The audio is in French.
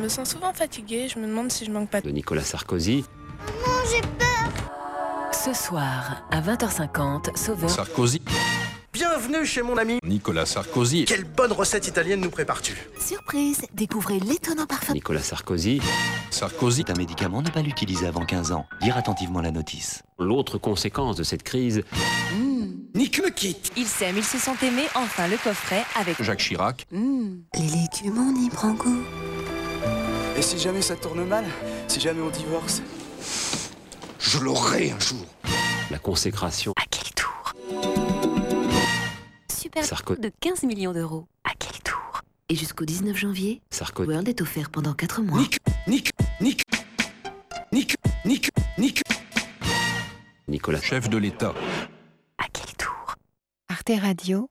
me sens souvent fatiguée, je me demande si je manque pas de... de Nicolas Sarkozy. Ce soir, à 20h50, Sauveur. Sarkozy, Bienvenue chez mon ami. Nicolas Sarkozy, Quelle bonne recette italienne nous prépares-tu Surprise, découvrez l'étonnant parfum. Nicolas Sarkozy. Sarkozy, Un médicament, ne pas l'utiliser avant 15 ans. Lire attentivement la notice. L'autre conséquence de cette crise, Nick me quitte. Ils s'aiment, ils se sont aimés, enfin le coffret avec Jacques Chirac, Mmh, les légumes, on y prend goût. Et si jamais ça tourne mal, si jamais on divorce, Je l'aurai un jour. la consécration à quel tour Super Sarko- de 15 millions d'euros. à quel tour Et jusqu'au 19 janvier, Sarkozy. World est offert pendant 4 mois. Nick, Nick, Nick, Nick, Nick. Nicolas chef de l'État. À quel tour Arte Radio,